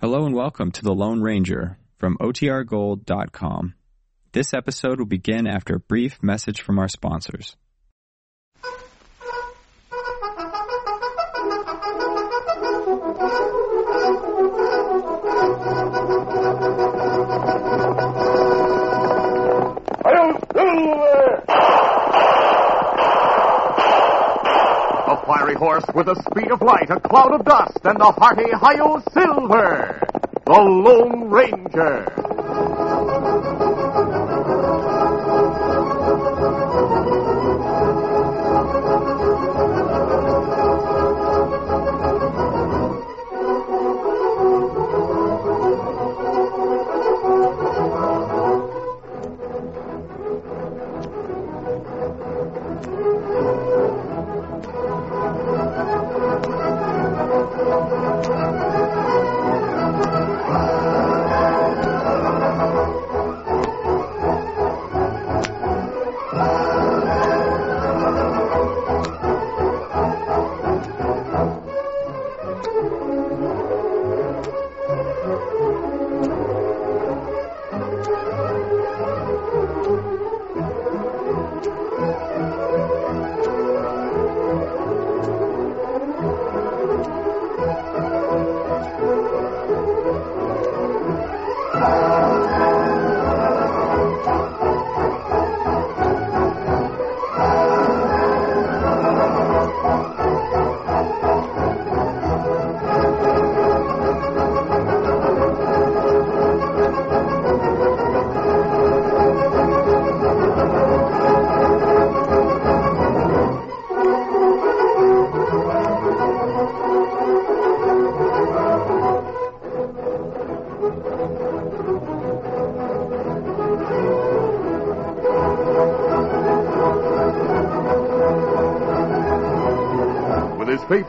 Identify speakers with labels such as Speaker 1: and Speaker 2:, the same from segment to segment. Speaker 1: Hello and welcome to The Lone Ranger from OTRGold.com. This episode will begin after a brief message from our sponsors.
Speaker 2: A fiery horse with the speed of light, a cloud of dust, and the hearty Hio Silver, the Lone Ranger. With his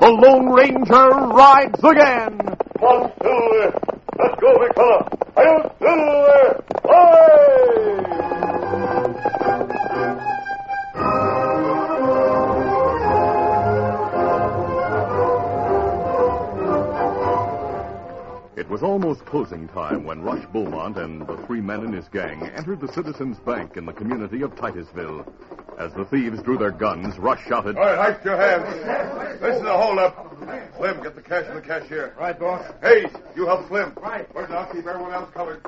Speaker 2: The Lone Ranger rides again. On Silver, let's go, big fella. I am Silver. It was almost closing time when Rush Beaumont and the three men in his gang entered the Citizens Bank in the community of Titusville. As the thieves drew their guns, Rush shouted,
Speaker 3: All right, hike your hands. This is a holdup. Slim, get the cash to the cashier.
Speaker 4: Right, boss.
Speaker 3: Hayes, you help Slim. Right. Burton, I'll keep everyone else covered.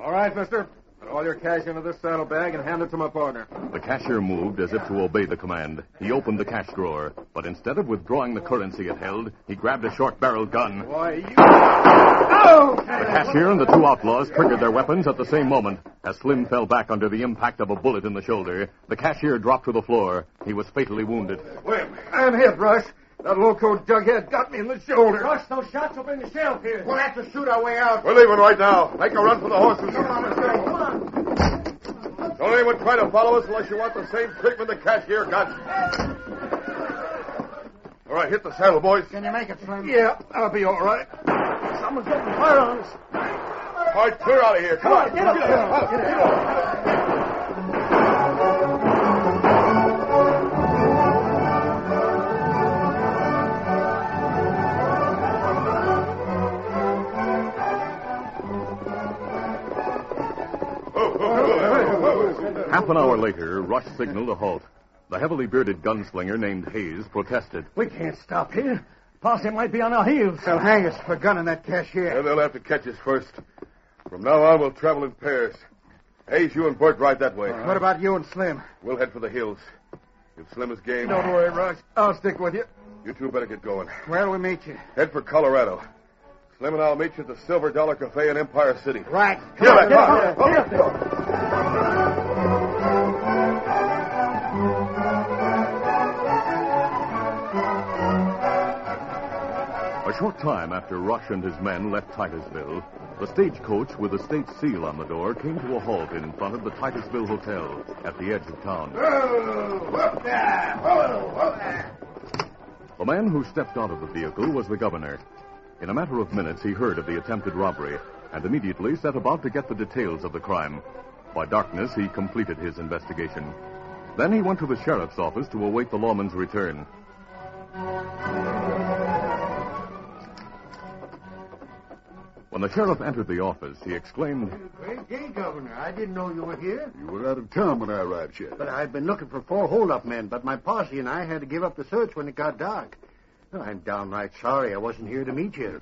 Speaker 4: All right, mister. Put all your cash into this saddlebag and hand it to my partner.
Speaker 2: The cashier moved as if to obey the command. He opened the cash drawer, but instead of withdrawing the currency it held, he grabbed a short-barreled gun.
Speaker 4: Why, you... Oh!
Speaker 2: The cashier and the two outlaws triggered their weapons at the same moment. As Slim fell back under the impact of a bullet in the shoulder, the cashier dropped to the floor. He was fatally wounded.
Speaker 3: Wait a minute.
Speaker 4: I'm hit, Rush. That loco dughead got me in the shoulder. Rush, those shots will bring the sheriff here. We'll have to shoot our way out.
Speaker 3: We're leaving right now. Make a run for the horses. Don't anyone try to follow us unless you want the same treatment the cashier got. All right, hit the saddle, boys.
Speaker 4: Can you make it, Slim? Yeah, I'll be all right. Someone's getting fire on us.
Speaker 3: All right, clear out of here. Come, on,
Speaker 4: get up, get up,
Speaker 3: Get
Speaker 4: get
Speaker 3: up.
Speaker 2: Half an hour later, Rush signaled a halt. The heavily bearded gunslinger named Hayes protested.
Speaker 4: We can't stop here. Posse might be on our heels. They'll hang us for gunning that cashier.
Speaker 3: Yeah, they'll have to catch us first. From now on, we'll travel in pairs. Hayes, you and Bert ride that way.
Speaker 4: What about you and Slim?
Speaker 3: We'll head for the hills. If Slim is game,
Speaker 4: Don't worry, Rush. I'll stick with you.
Speaker 3: you two better get going.
Speaker 4: Where'll we meet you?
Speaker 3: Head for Colorado. Slim and I'll meet you at the Silver Dollar Cafe in Empire City.
Speaker 4: Right.
Speaker 3: Come on, get up there.
Speaker 4: Get up there.
Speaker 2: A short time after Rush and his men left Titusville, The stagecoach with a state seal on the door came to a halt in front of the Titusville Hotel at the edge of town. The man who stepped out of the vehicle was the governor. In a matter of minutes, he heard of the attempted robbery and immediately set about to get the details of the crime. By darkness, he completed his investigation. Then he went to the sheriff's office to await the lawman's return. When the sheriff entered the office, he exclaimed,
Speaker 5: Great day, Governor. I didn't know you were here.
Speaker 6: You were out of town when I arrived, Sheriff.
Speaker 5: But I've been looking for four holdup men, but my posse and I had to give up the search when it got dark. Well, I'm downright sorry I wasn't here to meet you.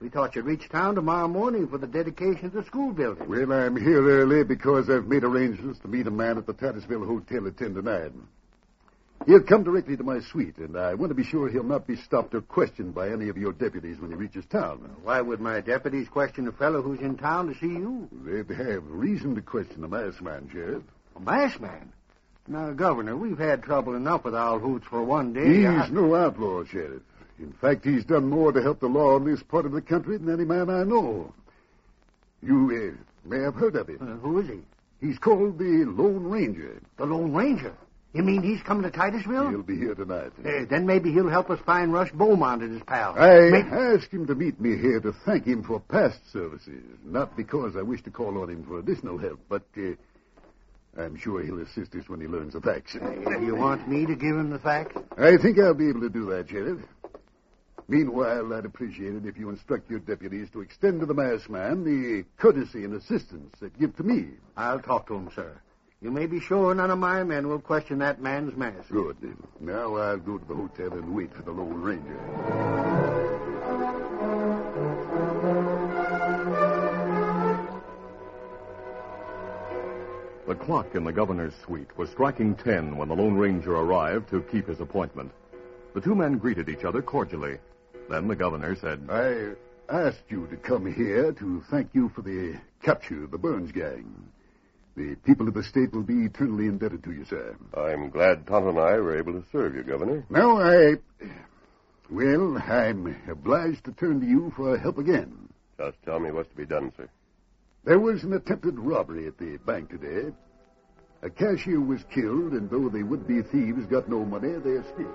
Speaker 5: We thought you'd reach town tomorrow morning for the dedication of the school building.
Speaker 6: Well, I'm here early because I've made arrangements to meet a man at the Tattersville Hotel at 10 to 9. He'll come directly to my suite, and I want to be sure he'll not be stopped or questioned by any of your deputies when he reaches town.
Speaker 5: Why would my deputies question a fellow who's in town to see you?
Speaker 6: They'd have reason to question a masked man, Sheriff.
Speaker 5: A masked man. Now, Governor, we've had trouble enough with Owl Hoots for one day.
Speaker 6: He's
Speaker 5: I-
Speaker 6: no outlaw, Sheriff. In fact, he's done more to help the law in this part of the country than any man I know. You uh, may have heard of him.
Speaker 5: Uh, who is he?
Speaker 6: He's called the Lone Ranger.
Speaker 5: The Lone Ranger. You mean he's coming to Titusville?
Speaker 6: He'll be here tonight.
Speaker 5: Uh, then maybe he'll help us find Rush Beaumont and his pal.
Speaker 6: I
Speaker 5: May-
Speaker 6: asked him to meet me here to thank him for past services, not because I wish to call on him for additional help, but uh, I'm sure he'll assist us when he learns the facts.
Speaker 5: You want me to give him the facts?
Speaker 6: I think I'll be able to do that, Sheriff. Meanwhile, I'd appreciate it if you instruct your deputies to extend to the masked man the courtesy and assistance that give to me.
Speaker 5: I'll talk to him, sir. You may be sure none of my men will question that man's mask.
Speaker 6: Good. Now I'll go to the hotel and wait for the Lone Ranger.
Speaker 2: The clock in the governor's suite was striking ten when the Lone Ranger arrived to keep his appointment. The two men greeted each other cordially. Then the governor said,
Speaker 6: I asked you to come here to thank you for the capture of the Burns gang. The people of the state will be eternally indebted to you, sir.
Speaker 3: I'm glad Tonto and I were able to serve you, Governor.
Speaker 6: Now I. Well, I'm obliged to turn to you for help again.
Speaker 3: Just tell me what's to be done, sir.
Speaker 6: There was an attempted robbery at the bank today. A cashier was killed, and though the would be thieves got no money, they escaped.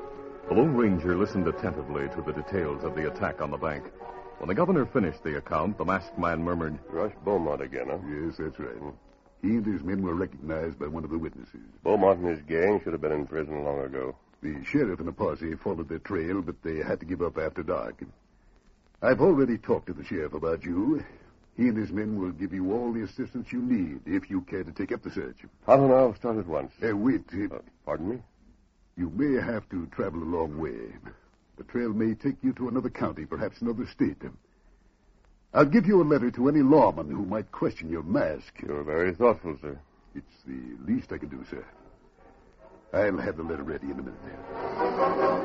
Speaker 2: The Lone Ranger listened attentively to the details of the attack on the bank. When the governor finished the account, the masked man murmured,
Speaker 3: Rush Beaumont again, huh?
Speaker 6: Yes, that's right. He and his men were recognized by one of the witnesses.
Speaker 3: Beaumont and his gang should have been in prison long ago.
Speaker 6: The sheriff and the posse followed their trail, but they had to give up after dark. I've already talked to the sheriff about you. He and his men will give you all the assistance you need if you care to take up the search.
Speaker 3: Tonto and I will start at once.
Speaker 6: Uh, wait, uh,
Speaker 3: Uh, pardon me?
Speaker 6: you may have to travel a long way. The trail may take you to another county, perhaps another state. I'll give you a letter to any lawman who might question your mask.
Speaker 3: You're very thoughtful, sir.
Speaker 6: It's the least I can do, sir. I'll have the letter ready in a minute.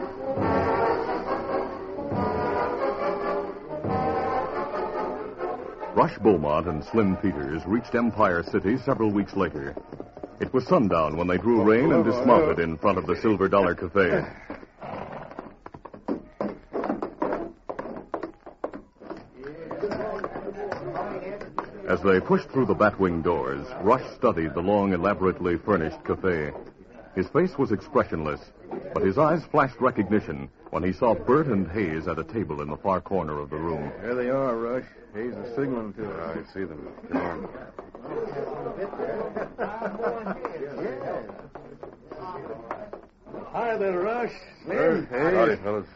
Speaker 2: Rush Beaumont and Slim Peters reached Empire City several weeks later. It was sundown when they drew rein and dismounted in front of the Silver Dollar Cafe. As they pushed through the batwing doors, Rush studied the long, elaborately furnished cafe. His face was expressionless, but his eyes flashed recognition when he saw Bert and Hayes at a table in the far corner of the room.
Speaker 4: There they are, Rush. Hayes is signaling to us.
Speaker 3: I see them. Come on.
Speaker 4: Hi there, Rush.
Speaker 3: Howdy, fellas.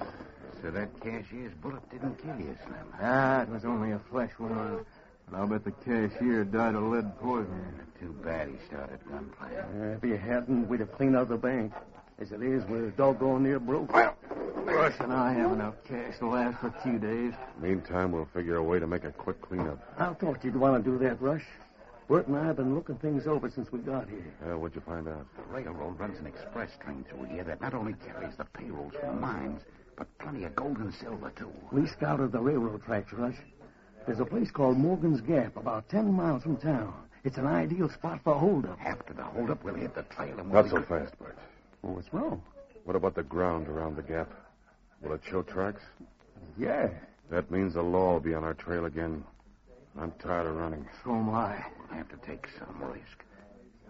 Speaker 4: So that cashier's bullet didn't kill you, Slim. Ah, it was only a flesh wound. And I'll bet the cashier died of lead poisoning.
Speaker 5: Ah,
Speaker 4: Too bad he started gunplay. if he hadn't, we'd have cleaned out the bank. As it is, we're doggone near broke. Well, Rush and I have enough cash to last for a few days.
Speaker 3: Meantime, we'll figure a way to make a quick cleanup.
Speaker 4: I thought you'd want to do that, Rush. Bert and I have been looking things over since we got here.
Speaker 3: Uh, what'd you find out?
Speaker 7: The railroad runs an express train through here that not only carries the payrolls from the mines, but plenty of gold and silver, too.
Speaker 4: We scouted the railroad tracks, Rush. There's a place called Morgan's Gap, about ten miles from town. It's an ideal spot for a holdup.
Speaker 7: After the holdup, we'll hit the trail and we'll
Speaker 3: Not so fast, Bert.
Speaker 4: Oh, What's wrong?
Speaker 3: What about the ground around the gap? Will it show tracks?
Speaker 4: Yeah.
Speaker 3: That means the law will be on our trail again. I'm tired of running.
Speaker 8: So am I.
Speaker 9: We'll have to take some risk.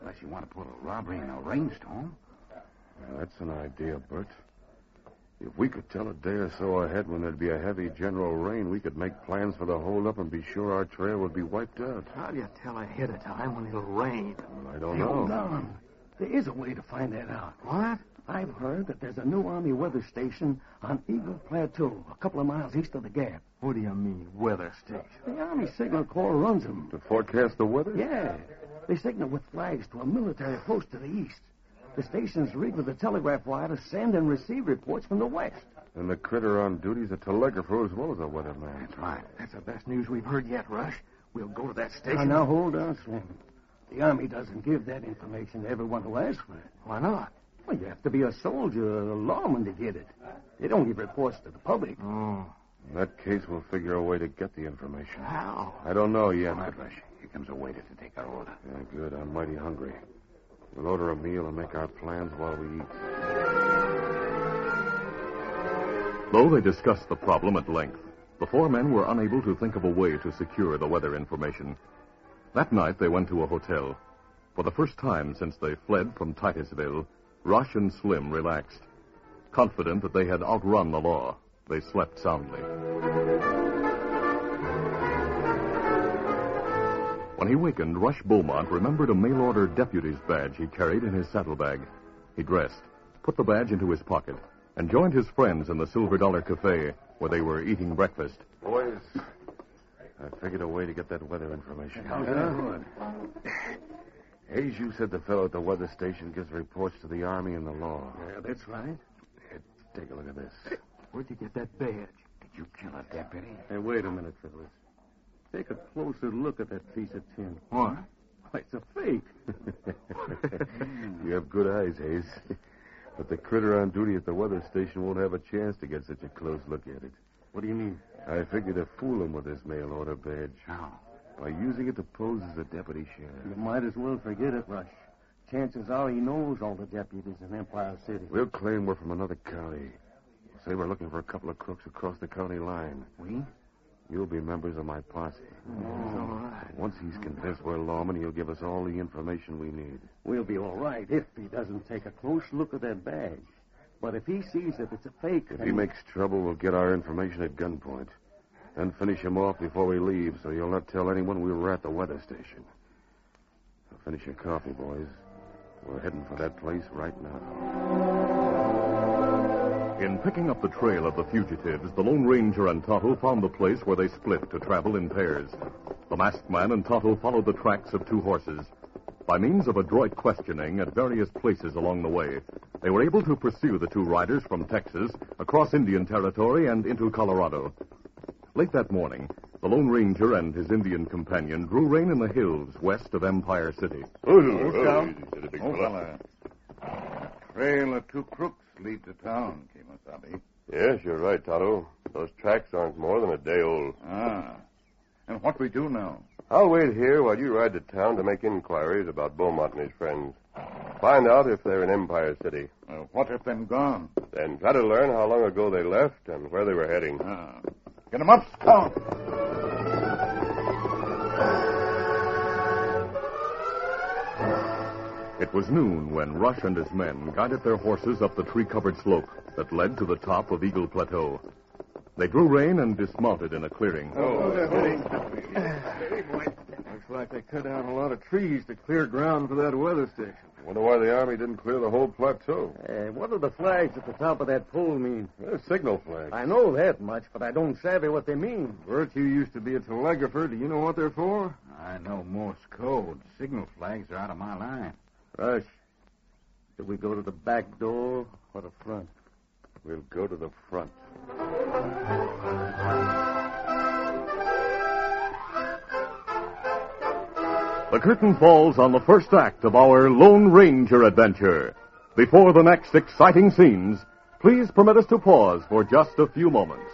Speaker 9: Unless you want to pull a robbery in a rainstorm.
Speaker 3: Now, that's an idea, Bert. If we could tell a day or so ahead when there'd be a heavy general rain, we could make plans for the holdup and be sure our trail would be wiped out.
Speaker 8: How do you tell ahead of time when it'll rain?
Speaker 3: I don't know.
Speaker 4: on. There is a way to find that out. What? I've heard that there's a new Army weather station on Eagle Plateau, a couple of miles east of the Gap.
Speaker 8: What do you mean, weather station?
Speaker 4: The Army Signal Corps runs them.
Speaker 3: To forecast the weather?
Speaker 4: Yeah. They signal with flags to a military post to the east. The station's rigged with a telegraph wire to send and receive reports from the west.
Speaker 3: And the critter on duty's a telegrapher as well as a weatherman.
Speaker 8: That's right. That's the best news we've heard yet, Rush. We'll go to that
Speaker 4: Now,
Speaker 8: station.
Speaker 4: now, hold on, Slim. The Army doesn't give that information to everyone who asks for it.
Speaker 8: Why not?
Speaker 4: Well, you have to be a soldier or a lawman to get it. They don't give reports to the public.
Speaker 8: Oh,
Speaker 3: In that case, we'll figure a way to get the information.
Speaker 8: how?
Speaker 3: I don't know yet.
Speaker 9: All right, Rush. Here comes a waiter to take our order.
Speaker 3: Yeah, good. I'm mighty hungry. We'll order a meal and make our plans while we eat.
Speaker 2: Though they discussed the problem at length, the four men were unable to think of a way to secure the weather information. That night they went to a hotel. For the first time since they fled from Titusville, Rush and Slim relaxed. Confident that they had outrun the law, they slept soundly. When he wakened, Rush Beaumont remembered a mail order deputy's badge he carried in his saddlebag. He dressed, put the badge into his pocket, and joined his friends in the Silver Dollar Cafe, where they were eating breakfast.
Speaker 3: Boys, I figured a way to get that weather information. Hayes, you said the fellow at the weather station gives reports to the Army and the law.
Speaker 4: Yeah, that's right.
Speaker 3: Here, take a look at this.
Speaker 8: Where'd you get that badge?
Speaker 9: Did you kill a deputy?
Speaker 4: Hey, wait a minute, fellas. Take a closer look at that piece of tin.
Speaker 8: What?
Speaker 4: Why, it's a fake.
Speaker 3: you have good eyes, Hayes. But the critter on duty at the weather station won't have a chance to get such a close look at it.
Speaker 4: What do you mean?
Speaker 3: I figure to fool him with this mail order badge
Speaker 9: How?
Speaker 3: by using it to pose as a deputy sheriff.
Speaker 4: You might as well forget it, Rush. Chances are he knows all the deputies in Empire City.
Speaker 3: We'll claim we're from another county. Say we're looking for a couple of crooks across the county line.
Speaker 9: We?
Speaker 3: You'll be members of my posse. Once he's convinced we're lawmen, he'll give us all the information we need.
Speaker 4: We'll be all right if he doesn't take a close look at that badge. But if he sees that it's a fake,
Speaker 3: If
Speaker 4: then-
Speaker 3: he makes trouble, we'll get our information at gunpoint. Then finish him off before we leave, so you'll not tell anyone we were at the weather station. Now finish your coffee, boys. We're heading for that place right now.
Speaker 2: In picking up the trail of the fugitives, the Lone Ranger and Tonto found the place where they split to travel in pairs. The masked man and Tonto followed the tracks of two horses. By means of adroit questioning at various places along the way, they were able to pursue the two riders from Texas across Indian Territory and into Colorado. Late that morning, the Lone Ranger and his Indian companion drew rein in the hills west of Empire City.
Speaker 6: Oh, Trail of two crooks lead to town, Kemosabe.
Speaker 3: Yes, you're right, Toto. Those tracks aren't more than a day old.
Speaker 6: Ah. And what we do now?
Speaker 3: I'll wait here while you ride to town to make inquiries about Beaumont and his friends. Find out if they're in Empire City.
Speaker 6: Uh, what if them gone?
Speaker 3: Then try to learn how long ago they left and where they were heading.
Speaker 6: Ah. Get 'em up, Scout!
Speaker 2: It was noon when Rush and his men guided their horses up the tree covered slope that led to the top of Eagle Plateau. They drew rein and dismounted in a clearing.
Speaker 8: Looks like they cut down a lot of trees to clear ground for that weather station.
Speaker 3: Wonder why the army didn't clear the whole plateau.
Speaker 4: Hey, Eh, what do the flags at the top of that pole mean?
Speaker 3: They're signal flags.
Speaker 4: I know that much, but I don't savvy what they mean.
Speaker 8: Bert, you used to be a telegrapher. Do you know what they're for?
Speaker 9: I know Morse code. Signal flags are out of my line.
Speaker 4: Rush, do we go to the back door or the front?
Speaker 3: We'll go to the front.
Speaker 2: The curtain falls on the first act of our Lone Ranger adventure. Before the next exciting scenes, please permit us to pause for just a few moments.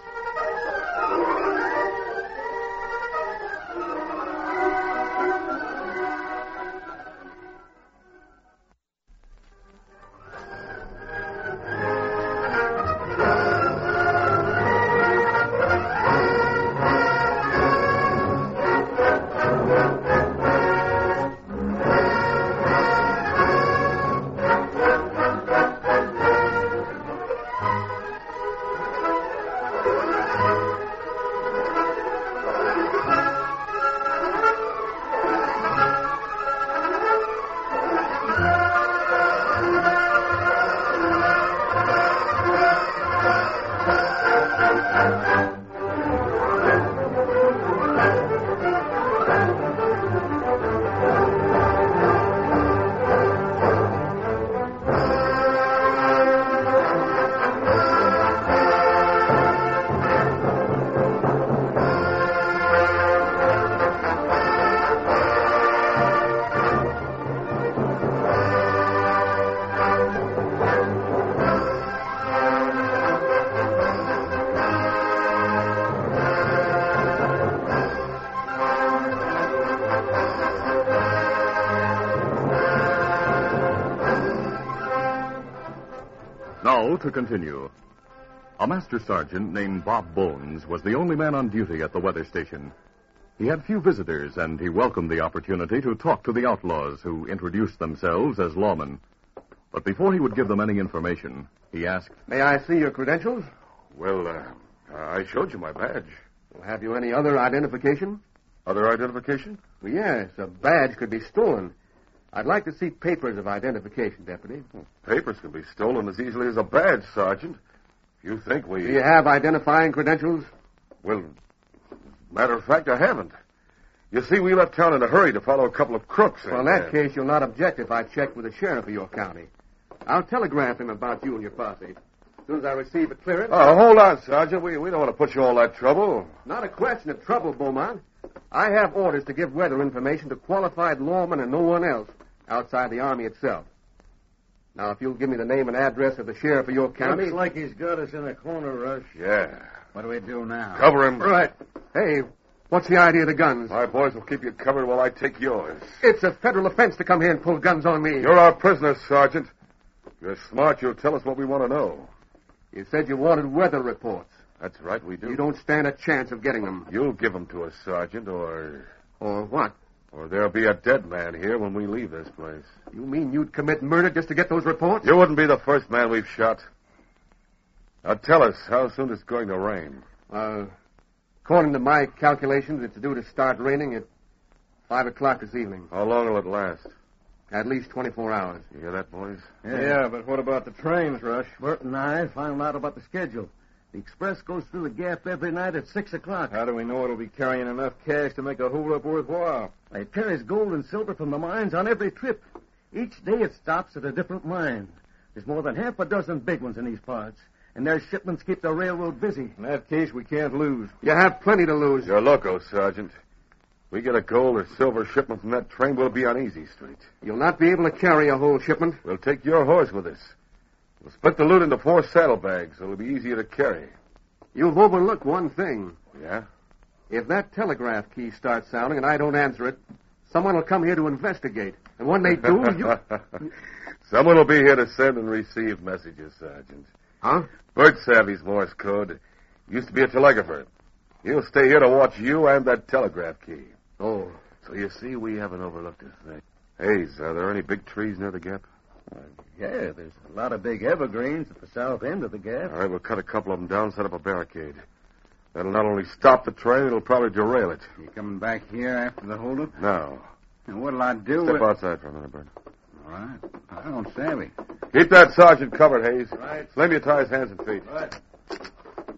Speaker 2: Now to continue. A master sergeant named Bob Bones was the only man on duty at the weather station. He had few visitors, and he welcomed the opportunity to talk to the outlaws who introduced themselves as lawmen. But before he would give them any information, he asked,
Speaker 10: May I see your credentials?
Speaker 3: Well, uh, I showed you my badge.
Speaker 10: Have you any other identification?
Speaker 3: Other identification?
Speaker 4: Well, yes, a badge could be stolen. I'd like to see papers of identification, Deputy.
Speaker 3: Papers can be stolen as easily as a badge, Sergeant. If you think
Speaker 4: Do
Speaker 3: we.
Speaker 4: you have identifying credentials?
Speaker 3: Well, matter of fact, I haven't. You see, we left town in a hurry to follow a couple of crooks.
Speaker 4: Well,
Speaker 3: and-
Speaker 4: in that case, you'll not object if I check with the sheriff of your county. I'll telegraph him about you and your posse. As soon as I receive a clearance.
Speaker 3: Oh, hold on, Sergeant. We, we don't want to put you all that trouble.
Speaker 4: Not a question of trouble, Beaumont. I have orders to give weather information to qualified lawmen and no one else outside the Army itself. Now, if you'll give me the name and address of the sheriff of your county.
Speaker 11: Looks like he's got us in a corner, Rush.
Speaker 3: Yeah.
Speaker 6: What do we do now?
Speaker 3: Cover him.
Speaker 4: Right. Hey, what's the idea of the guns?
Speaker 3: My boys will keep you covered while I take yours.
Speaker 4: It's a federal offense to come here and pull guns on me.
Speaker 3: You're our prisoner, Sergeant. If you're smart, you'll tell us what we want to know.
Speaker 4: You said you wanted weather reports.
Speaker 3: That's right, we do.
Speaker 4: You don't stand a chance of getting them.
Speaker 3: You'll give them to us, Sergeant, or
Speaker 4: Or what?
Speaker 3: or there'll be a dead man here when we leave this place.
Speaker 4: You mean you'd commit murder just to get those reports?
Speaker 3: You wouldn't be the first man we've shot. Now tell us how soon it's going to rain.
Speaker 4: Uh, according to my calculations, it's due to start raining at 5 o'clock this evening.
Speaker 3: How long will it last?
Speaker 4: At least 24 hours.
Speaker 3: You hear that, boys?
Speaker 6: Yeah. but what about the trains, Rush?
Speaker 11: Bert and I found out about the schedule. The express goes through the gap every night at 6 o'clock.
Speaker 6: How do we know it'll be carrying enough cash to make a holdup worthwhile?
Speaker 11: It carries gold and silver from the mines on every trip. Each day it stops at a different mine. There's more than half a dozen big ones in these parts, and their shipments keep the railroad busy.
Speaker 6: In that case, we can't lose.
Speaker 4: You have plenty to lose.
Speaker 3: You're loco, Sergeant. We get a gold or silver shipment from that train, we'll be on Easy Street.
Speaker 4: You'll not be able to carry a whole shipment.
Speaker 3: We'll take your horse with us. We'll split the loot into four saddlebags, so it'll be easier to carry.
Speaker 4: You've overlooked one thing.
Speaker 3: Yeah?
Speaker 4: If that telegraph key starts sounding and I don't answer it, someone will come here to investigate. And when they do, you.
Speaker 3: Someone will be here to send and receive messages, Sergeant.
Speaker 4: Huh?
Speaker 3: Bird savvy's Morse code. Used to be a telegrapher. He'll stay here to watch you and that telegraph key.
Speaker 4: Oh.
Speaker 3: So you see, we haven't overlooked a thing. Hayes, are there any big trees near the gap?
Speaker 11: Yeah, there's a lot of big evergreens at the south end of the gap.
Speaker 3: All right, we'll cut a couple of them down, set up a barricade. That'll not only stop the train, it'll probably derail it.
Speaker 6: You coming back here after the holdup?
Speaker 3: Now,
Speaker 6: And what'll I do
Speaker 3: step
Speaker 6: with...
Speaker 3: outside for a minute, Bert.
Speaker 6: All right. I don't savvy.
Speaker 3: Keep that sergeant covered, Hayes.
Speaker 6: Right.
Speaker 3: Slam your ties, hands, and feet.
Speaker 6: It's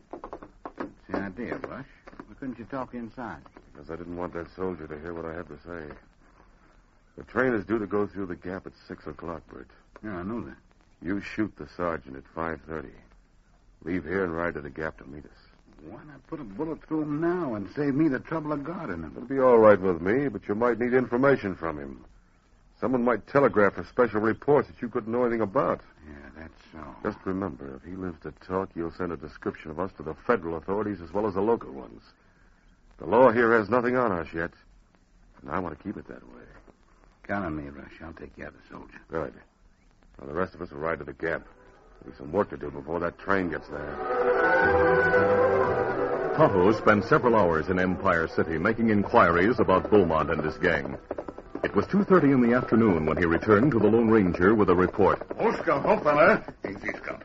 Speaker 6: the idea, Rush. Why couldn't you talk inside?
Speaker 3: Because I didn't want that soldier to hear what I had to say. The train is due to go through the gap at six o'clock, Bert.
Speaker 6: Yeah, I know that.
Speaker 3: You shoot the sergeant at five thirty. Leave here and ride to the gap to meet us.
Speaker 6: Why not put a bullet through him now and save me the trouble of guarding him?
Speaker 3: It'll be all right with me, but you might need information from him. Someone might telegraph for special reports that you couldn't know anything about.
Speaker 6: Yeah, that's so.
Speaker 3: Just remember, if he lives to talk, you'll send a description of us to the federal authorities as well as the local ones. The law here has nothing on us yet, and I want to keep it that way.
Speaker 6: Count on me, Rush. I'll take care of the soldier.
Speaker 3: Good. Now, the rest of us will ride to the gap. We've some work to do before that train gets there.
Speaker 2: Tonto spent several hours in Empire City making inquiries about Beaumont and his gang. It was 2.30 in the afternoon when he returned to the Lone Ranger with a report.
Speaker 3: Oscar, home, fella. Easy, Scott.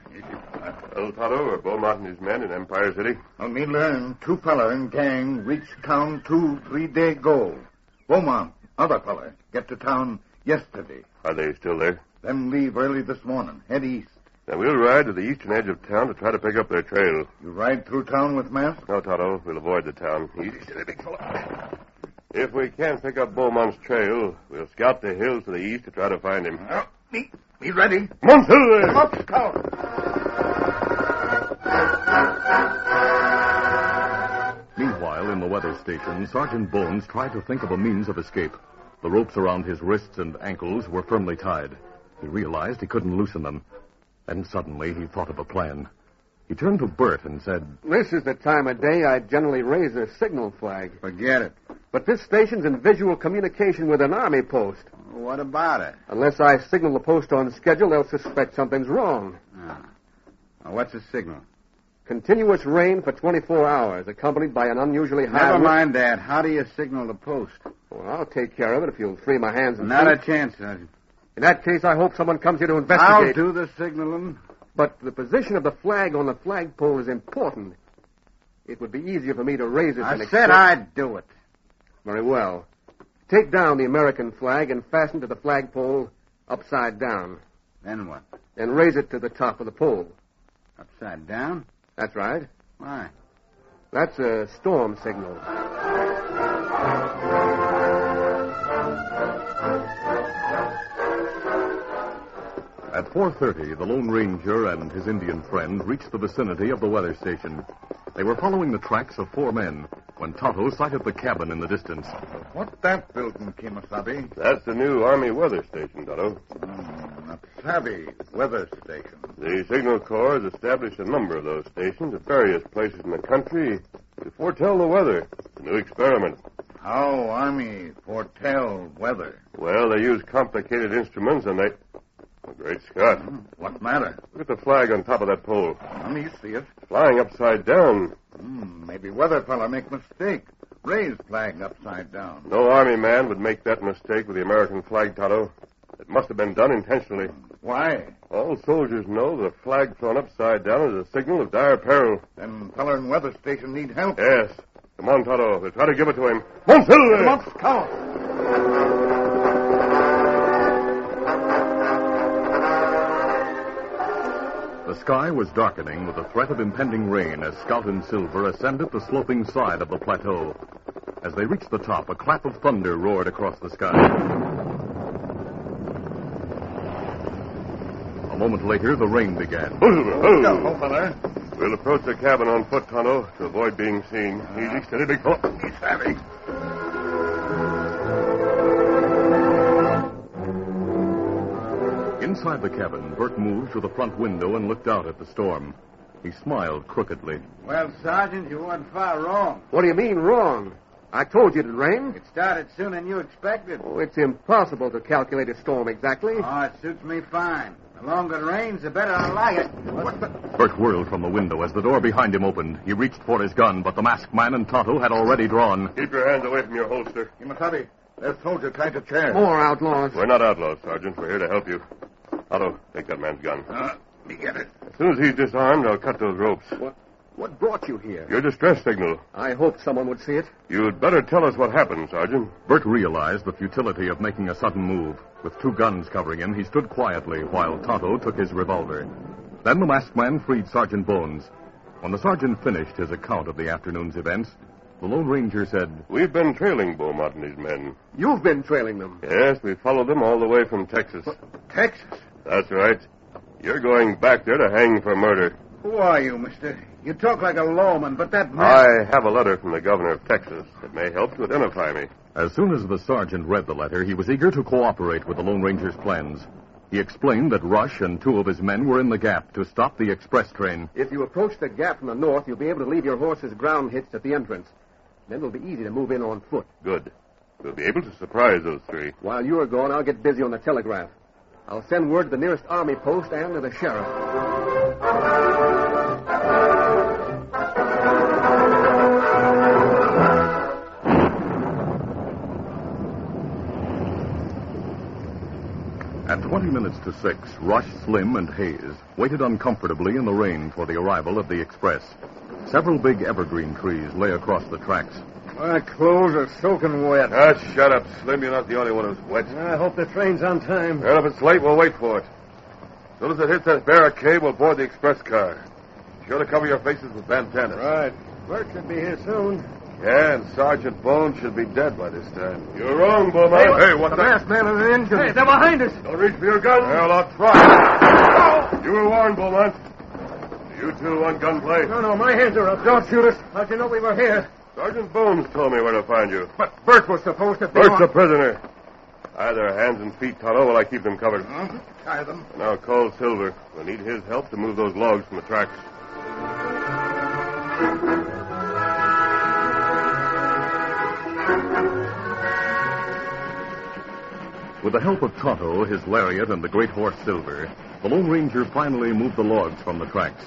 Speaker 3: El Tato, or Beaumont and his men in Empire City. A Midler and two fella and gang reach town two, three day ago. Beaumont, other fella, get to town yesterday. Are they still there?
Speaker 12: Them leave early this morning. Head east.
Speaker 3: Now, we'll ride to the eastern edge of town to try to pick up their trail.
Speaker 12: You ride through town with mask?
Speaker 3: No, Toto, we'll avoid the town. East. If we can pick up Beaumont's trail, we'll scout the hills to the east to try to find him.
Speaker 12: me, me ready.
Speaker 3: Monsieur!
Speaker 2: Meanwhile, in the weather station, Sergeant Bones tried to think of a means of escape. The ropes around his wrists and ankles were firmly tied. He realized he couldn't loosen them. Then suddenly he thought of a plan. He turned to Bert and said,
Speaker 4: This is the time of day I generally raise a signal flag.
Speaker 6: Forget it.
Speaker 4: But this station's in visual communication with an army post.
Speaker 6: What about it?
Speaker 4: Unless I signal the post on schedule, they'll suspect something's wrong.
Speaker 6: Ah.
Speaker 7: Now, what's his signal?
Speaker 4: Continuous rain for 24 hours, accompanied by an unusually high.
Speaker 7: Never
Speaker 4: wind-
Speaker 7: mind that. How do you signal the post?
Speaker 4: Well, I'll take care of it if you'll free my hands and
Speaker 7: Not
Speaker 4: feet.
Speaker 7: a chance, Sergeant.
Speaker 4: In that case, I hope someone comes here to investigate.
Speaker 7: I'll do the signaling.
Speaker 4: But the position of the flag on the flagpole is important. It would be easier for me to raise it
Speaker 7: I
Speaker 4: than
Speaker 7: said
Speaker 4: extort-
Speaker 7: I'd do it.
Speaker 4: Very well. Take down the American flag and fasten to the flagpole upside down,
Speaker 7: Then what?
Speaker 4: and raise it to the top of the pole.
Speaker 7: Upside down?
Speaker 4: That's right.
Speaker 7: Why?
Speaker 4: That's a storm signal.
Speaker 2: At 4.30, the Lone Ranger and his Indian friend reached the vicinity of the weather station. They were following the tracks of four men when Tonto sighted the cabin in the distance.
Speaker 12: What's that building, Kimasabi? Hmm,
Speaker 3: That's the new Army weather station, Tonto.
Speaker 12: Masabi Weather Station.
Speaker 3: The Signal Corps has established a number of those stations at various places in the country to foretell the weather. New experiment.
Speaker 12: How Army foretell weather?
Speaker 3: Well, they use complicated instruments and they. Oh, Great Scott.
Speaker 12: Hmm, What matter?
Speaker 3: Look at the flag on top of that pole.
Speaker 12: Let me see it.
Speaker 3: Flying upside down.
Speaker 12: Hmm, maybe weather fella make mistake. Raise flag upside down.
Speaker 3: No Army man would make that mistake with the American flag, Tonto. It must have been done intentionally.
Speaker 12: Why?
Speaker 3: All soldiers know that a flag thrown upside down is a signal of dire peril.
Speaker 12: Then feller in weather station need help.
Speaker 3: Yes. Come on, Tonto. They'll try to give it to him. Monsieur!
Speaker 12: Come on, scout.
Speaker 2: The sky was darkening with the threat of impending rain as Scout and Silver ascended the sloping side of the plateau. As they reached the top, a clap of thunder roared across the sky. A moment later, the rain began.
Speaker 12: Go, feller.
Speaker 3: We'll approach the cabin on foot, Tonto, to avoid being seen.
Speaker 4: Ah.
Speaker 3: Easy, steady, big fellow. He's having.
Speaker 2: Inside the cabin, Bert moved to the front window and looked out at the storm. He smiled crookedly.
Speaker 7: Well, Sergeant, you weren't far wrong.
Speaker 4: What do you mean wrong? I told you it'd rain.
Speaker 7: It started sooner than you expected.
Speaker 4: Oh, it's impossible to calculate a storm exactly.
Speaker 7: Oh, it suits me fine. The longer it rains, the better I like it. What the?
Speaker 2: Bert whirled from the window as the door behind him opened. He reached for his gun, but the masked man and Tonto had already drawn.
Speaker 3: Keep your hands away from your holster.
Speaker 12: Kimasabi, that soldier tied to chair.
Speaker 4: More outlaws.
Speaker 3: We're not outlaws, Sergeant. We're here to help you. Otto, take that man's gun.
Speaker 12: Uh, me get it.
Speaker 3: As soon as he's disarmed, I'll cut those ropes.
Speaker 4: What brought you here?
Speaker 3: Your distress signal.
Speaker 4: I hoped someone would see it.
Speaker 3: You'd better tell us what happened, Sergeant.
Speaker 2: Bert realized the futility of making a sudden move. With two guns covering him, he stood quietly while Tonto took his revolver. Then the masked man freed Sergeant Bones. When the sergeant finished his account of the afternoon's events, the Lone Ranger said,
Speaker 3: We've been trailing Beaumont and his men.
Speaker 4: You've been trailing them.
Speaker 3: Yes, we followed them all the way from Texas.
Speaker 12: Texas.
Speaker 3: That's right. You're going back there to hang for murder.
Speaker 12: Who are you, mister? You talk like a lawman, but that
Speaker 3: I have a letter from the governor of Texas that may help to identify me.
Speaker 2: As soon as the sergeant read the letter, he was eager to cooperate with the Lone Ranger's plans. He explained that Rush and two of his men were in the gap to stop the express train.
Speaker 4: If you approach the gap from the north, you'll be able to leave your horse's ground hitched at the entrance. Then it'll be easy to move in on foot.
Speaker 3: Good. We'll be able to surprise those three.
Speaker 4: While you're gone, I'll get busy on the telegraph. I'll send word to the nearest army post and to the sheriff.
Speaker 2: At 20 minutes to 6, Rush, Slim, and Hayes waited uncomfortably in the rain for the arrival of the express. Several big evergreen trees lay across the tracks.
Speaker 12: My clothes are soaking wet.
Speaker 3: Ah, shut up, Slim. You're not the only one who's wet.
Speaker 5: I hope the train's on time.
Speaker 3: Well, if it's late, we'll wait for it. As soon as it hits that barricade, we'll board the express car. Be Sure to cover your faces with bandanas.
Speaker 12: Right.
Speaker 5: Bert should be here soon.
Speaker 3: Yeah, and Sergeant Bones should be dead by this time. You're wrong, Beaumont. Hey, what the?
Speaker 5: man is an Hey, they're behind us.
Speaker 3: Don't reach for your gun. Well, I'll try. You were warned, Beaumont. You two want gunplay.
Speaker 5: No, no, my hands are up. Don't shoot us. How'd you know we were here?
Speaker 3: Sergeant Bones told me where to find you.
Speaker 5: But Bert was supposed to be.
Speaker 3: First
Speaker 5: on-
Speaker 3: the prisoner. Tie their hands and feet, Tonto, while I keep them covered.
Speaker 12: Tie them.
Speaker 3: Now call Silver. We'll need his help to move those logs from the tracks.
Speaker 2: With the help of Tonto, his lariat, and the great horse Silver, the Lone Ranger finally moved the logs from the tracks.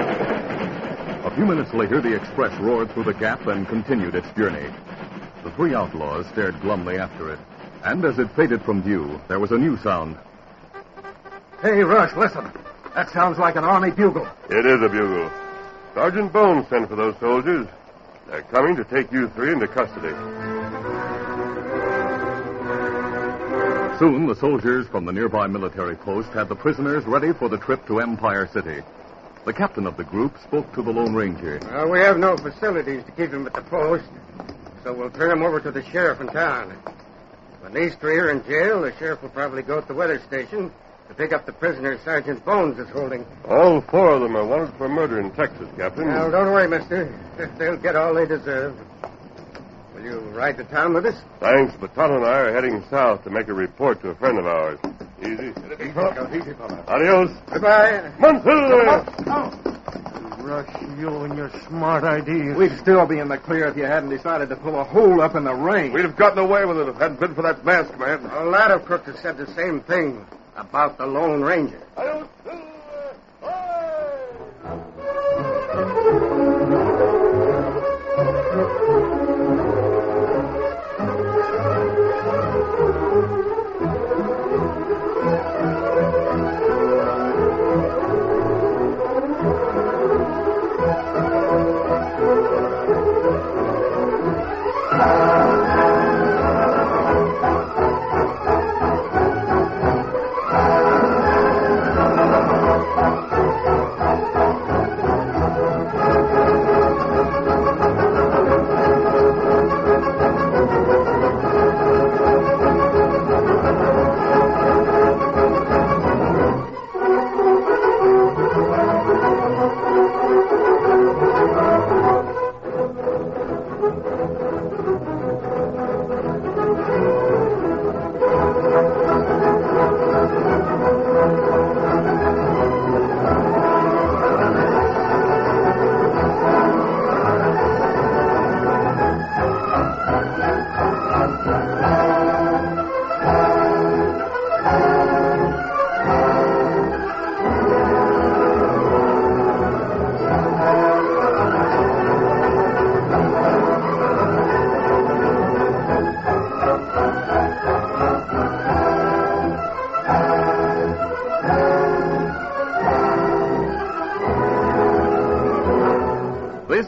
Speaker 2: A few minutes later, the express roared through the gap and continued its journey. The three outlaws stared glumly after it, and as it faded from view, there was a new sound.
Speaker 4: Hey, Rush, listen. That sounds like an army bugle.
Speaker 3: It is a bugle. Sergeant Bones sent for those soldiers. They're coming to take you three into custody.
Speaker 2: Soon, the soldiers from the nearby military post had the prisoners ready for the trip to Empire City. The captain of the group spoke to the Lone Ranger.
Speaker 4: Well, we have no facilities to keep him at the post, so we'll turn him over to the sheriff in town. When these three are in jail, the sheriff will probably go to the weather station to pick up the prisoner Sergeant Bones is holding.
Speaker 3: All four of them are wanted for murder in Texas, Captain.
Speaker 4: Well, don't worry, mister. They'll get all they deserve. Will you ride to town with us?
Speaker 3: Thanks, but Todd and I are heading south to make a report to a friend of ours. Easy.
Speaker 4: Easy, fellow. Easy, fellow.
Speaker 3: Adios.
Speaker 4: Goodbye.
Speaker 3: Monsilver!
Speaker 13: Rush, you and your smart ideas.
Speaker 4: We'd still be in the clear if you hadn't decided to pull a hole up in the rain.
Speaker 3: We'd have gotten away with it if it hadn't been for that mask, man.
Speaker 4: A lot of crooks have said the same thing about the Lone Ranger.
Speaker 3: Adios.
Speaker 2: This